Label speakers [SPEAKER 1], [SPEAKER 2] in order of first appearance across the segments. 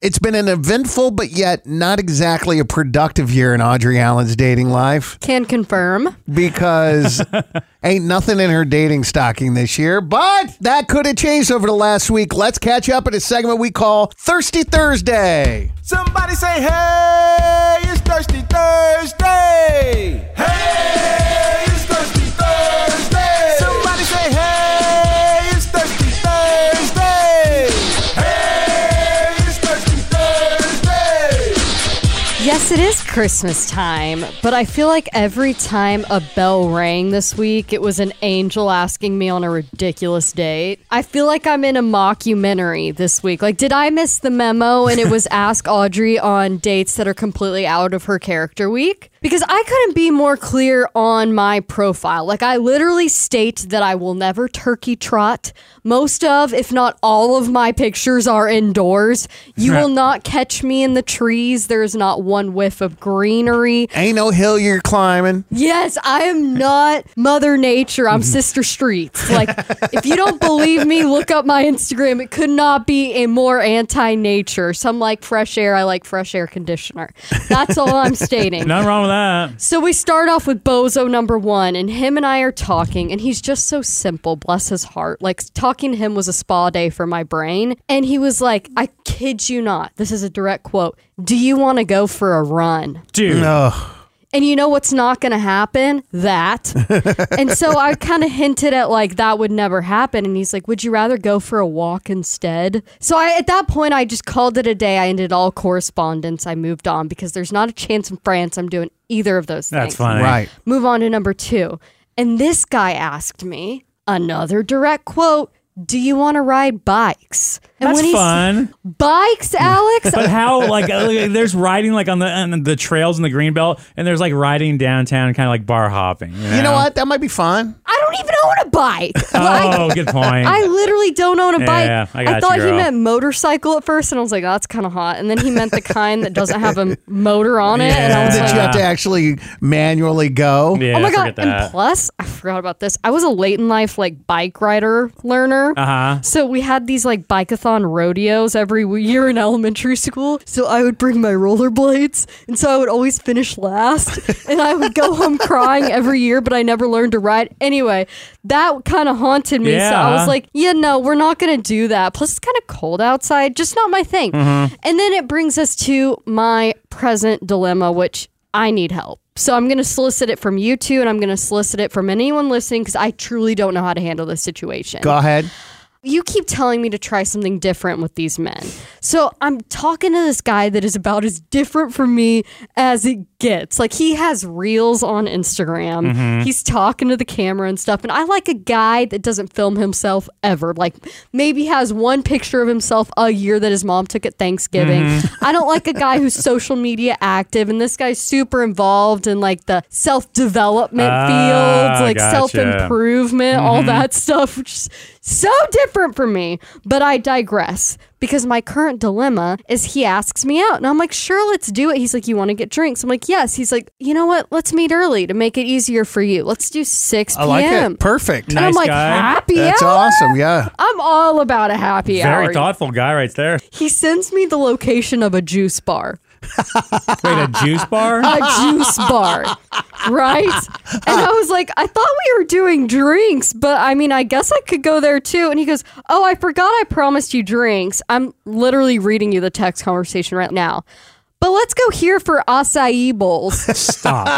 [SPEAKER 1] It's been an eventful, but yet not exactly a productive year in Audrey Allen's dating life
[SPEAKER 2] Can confirm.
[SPEAKER 1] because ain't nothing in her dating stocking this year. But that could have changed over the last week. Let's catch up in a segment we call Thirsty Thursday.
[SPEAKER 3] Somebody say, hey, it's Thirsty Thursday. Hey, it's Thirsty Thursday. Somebody say, hey, it's Thirsty Thursday. Hey, it's Thirsty Thursday.
[SPEAKER 2] Yes, it is Christmas time, but I feel like every time a bell rang this week, it was an angel asking me on a ridiculous date. I feel like I'm in a mockumentary this week. Like, did I miss the memo and it was ask Audrey on dates that are completely out of her character week? Because I couldn't be more clear on my profile. Like, I literally state that I will never turkey trot. Most of, if not all of my pictures are indoors. You will not catch me in the trees. There is not one whiff of greenery.
[SPEAKER 1] Ain't no hill you're climbing.
[SPEAKER 2] Yes, I am not Mother Nature. I'm Sister Streets. Like, if you don't believe me, look up my Instagram. It could not be a more anti nature. Some like fresh air. I like fresh air conditioner. That's all I'm stating.
[SPEAKER 4] Nothing wrong with that.
[SPEAKER 2] So we start off with Bozo number one, and him and I are talking, and he's just so simple, bless his heart. Like, talking to him was a spa day for my brain. And he was like, I kid you not, this is a direct quote Do you want to go for a run?
[SPEAKER 4] Dude.
[SPEAKER 2] And you know what's not going to happen? That. and so I kind of hinted at like that would never happen. And he's like, "Would you rather go for a walk instead?" So I, at that point, I just called it a day. I ended all correspondence. I moved on because there's not a chance in France I'm doing either of those
[SPEAKER 4] That's
[SPEAKER 2] things.
[SPEAKER 4] funny.
[SPEAKER 1] Right.
[SPEAKER 2] Move on to number two. And this guy asked me another direct quote. Do you want to ride bikes? And
[SPEAKER 4] That's
[SPEAKER 2] when he s-
[SPEAKER 4] fun.
[SPEAKER 2] Bikes, Alex.
[SPEAKER 4] But how like uh, like, there's riding like on the on the trails in the Greenbelt, and there's like riding downtown, kind of like bar hopping. You know,
[SPEAKER 1] You know what? That might be fun.
[SPEAKER 2] I don't even own a bike. Like,
[SPEAKER 4] Oh, good point.
[SPEAKER 2] I literally don't own a bike.
[SPEAKER 4] Yeah, I got you,
[SPEAKER 2] thought he
[SPEAKER 4] girl.
[SPEAKER 2] meant motorcycle at first, and I was like, oh, that's kind of hot. And then he meant the kind that doesn't have a motor on it. And I was
[SPEAKER 4] Yeah.
[SPEAKER 2] like,
[SPEAKER 1] That you have to actually manually go.
[SPEAKER 4] yeah,
[SPEAKER 2] oh my God.
[SPEAKER 4] forget
[SPEAKER 2] And
[SPEAKER 4] that.
[SPEAKER 2] plus, I forgot about this. I was a late in life, like, bike rider learner.
[SPEAKER 4] uh huh.
[SPEAKER 2] So we had these like bikeathon rodeos every w- year in elementary school. So I would bring my rollerblades, and so I would always finish last, and I would go home crying every year. But I never learned to ride. Anyway, that kind of haunted me. So I was
[SPEAKER 4] Yeah.
[SPEAKER 2] like, yeah, no, we're not gonna do that. Plus, it's kind of cold outside. Just not my thing. And then it brings us to my present dilemma, which I need help. So I'm going to solicit it from you two, and I'm going to solicit it from anyone listening because I truly don't know how to handle this situation
[SPEAKER 1] Go ahead.
[SPEAKER 2] you keep telling me to try something different with these men. So I'm talking to this guy that is about as different from me as it gets. Like he has reels on Instagram.
[SPEAKER 4] Mm-hmm.
[SPEAKER 2] He's talking to the camera and stuff. And I like a guy that doesn't film himself ever. Like maybe has one picture of himself a year that his mom took at Thanksgiving.
[SPEAKER 4] Mm-hmm.
[SPEAKER 2] I don't like a guy who's social media active. And this guy's super involved in like the self development
[SPEAKER 4] Ah,
[SPEAKER 2] fields, like
[SPEAKER 4] gotcha.
[SPEAKER 2] self improvement improvement, all
[SPEAKER 1] Mm-hmm.
[SPEAKER 2] that stuff, which is so different from me. But I digress because my current dilemma is he asks me out and I'm like, sure, let's do it. He's like, you want to get drinks? I'm like, yes. He's like, you know what? Let's meet early to make it easier for you. Let's do 6
[SPEAKER 1] I
[SPEAKER 2] p.m.
[SPEAKER 1] like it. Perfect.
[SPEAKER 2] And I'm
[SPEAKER 4] Nice
[SPEAKER 2] like,
[SPEAKER 4] guy.
[SPEAKER 2] happy
[SPEAKER 1] That's
[SPEAKER 2] hour?
[SPEAKER 1] awesome. Yeah.
[SPEAKER 2] I'm all about a happy
[SPEAKER 4] Very
[SPEAKER 2] hour.
[SPEAKER 4] thoughtful guy right there.
[SPEAKER 2] he sends me the location of a juice bar.
[SPEAKER 4] Wait, a juice bar?
[SPEAKER 2] a juice bar, right? And I was like, I thought we were doing drinks, but I mean, I guess I could go there too. And he goes, Oh, I forgot I promised you drinks. I'm literally reading you the text conversation right now. But let's go here for acai bowls.
[SPEAKER 4] Stop.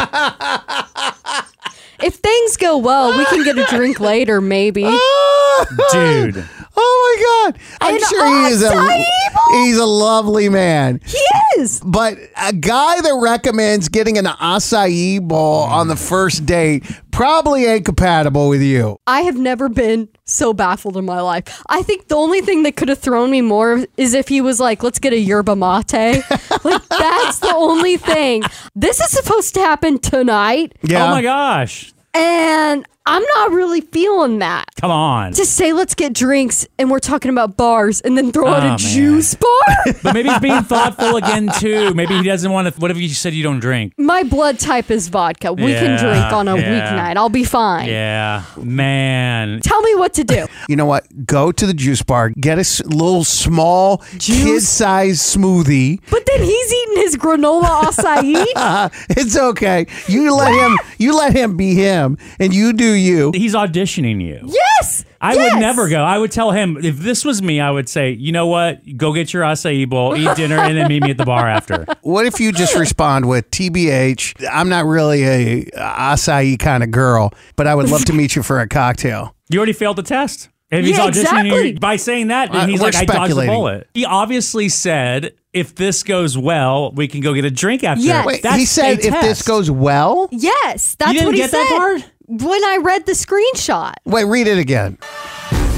[SPEAKER 2] if things go well, we can get a drink later, maybe.
[SPEAKER 4] Dude.
[SPEAKER 1] Oh my God! I'm
[SPEAKER 2] An
[SPEAKER 1] sure he is a
[SPEAKER 2] acai
[SPEAKER 1] he's a lovely man.
[SPEAKER 2] He is.
[SPEAKER 1] But a guy that recommends getting an acai bowl on the first date probably ain't compatible with
[SPEAKER 4] Oh
[SPEAKER 1] you.
[SPEAKER 2] I have never been so baffled in my life. I think the only thing that could have thrown me more is if he was like, let's get a yerba mate. like, that's the only thing. This is supposed to happen tonight.
[SPEAKER 4] Oh my gosh.
[SPEAKER 2] And I'm not really feeling that.
[SPEAKER 4] Come on.
[SPEAKER 2] To say, let's get drinks and we're talking about bars and then throw out a
[SPEAKER 4] Oh, man.
[SPEAKER 2] juice bar?
[SPEAKER 4] But maybe he's being thoughtful again too. Maybe he doesn't want to. What if you said you don't drink?
[SPEAKER 2] my blood type is vodka. We can
[SPEAKER 4] Yeah,
[SPEAKER 2] drink on a
[SPEAKER 4] yeah.
[SPEAKER 2] weeknight. I'll be fine.
[SPEAKER 4] Yeah, man.
[SPEAKER 2] Tell me what to do.
[SPEAKER 1] You know what? Go to the juice bar, get a s- little small
[SPEAKER 2] Juice?
[SPEAKER 1] kid-sized smoothie.
[SPEAKER 2] But then he's eating his granola acai.
[SPEAKER 1] Uh, it's okay. You let him. You let him be him, and you do you.
[SPEAKER 4] He's auditioning you.
[SPEAKER 2] Yes.
[SPEAKER 4] I
[SPEAKER 2] Yes!
[SPEAKER 4] would never go. I would tell him if this was me, I would say, you know what? Go get your acai bowl, eat dinner, and then meet me at the bar after.
[SPEAKER 1] What if you just respond with TBH? I'm not really a acai kind of girl, but I would love to meet you for a cocktail.
[SPEAKER 4] You already failed the test. If he's
[SPEAKER 2] Yeah,
[SPEAKER 4] auditioning
[SPEAKER 2] exactly.
[SPEAKER 4] you by saying that,
[SPEAKER 1] Uh,
[SPEAKER 4] then he's
[SPEAKER 1] we're
[SPEAKER 4] like, I dodged the
[SPEAKER 1] speculating.
[SPEAKER 4] bullet. He obviously said, if this goes well, we can go get a drink after.
[SPEAKER 2] Yes.
[SPEAKER 1] Wait,
[SPEAKER 4] That's
[SPEAKER 1] he said
[SPEAKER 4] a
[SPEAKER 1] if this
[SPEAKER 4] test.
[SPEAKER 1] goes well.
[SPEAKER 2] Yes, that's
[SPEAKER 4] didn't
[SPEAKER 2] what he
[SPEAKER 4] get
[SPEAKER 2] said.
[SPEAKER 4] that part?
[SPEAKER 2] When I read the screenshot,
[SPEAKER 1] Wait, read it again.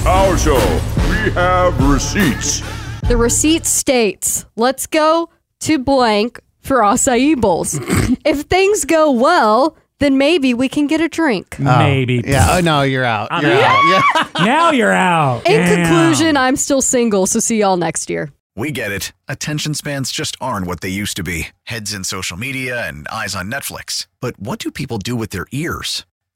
[SPEAKER 5] Also, we have receipts.
[SPEAKER 2] the receipt states, "Let's go to blank for acai bowls. if things go well, then maybe we can get a drink."
[SPEAKER 4] maybe.
[SPEAKER 1] Yeah. Oh no, you're out.
[SPEAKER 4] I'm
[SPEAKER 1] You're
[SPEAKER 4] out.
[SPEAKER 1] out. Yeah.
[SPEAKER 4] Now you're out.
[SPEAKER 2] In
[SPEAKER 4] Damn.
[SPEAKER 2] conclusion, I'm still single, so see y'all next year.
[SPEAKER 6] We get it. Attention spans just aren't what they used to be heads in social media and eyes on Netflix. But what do people do with their ears?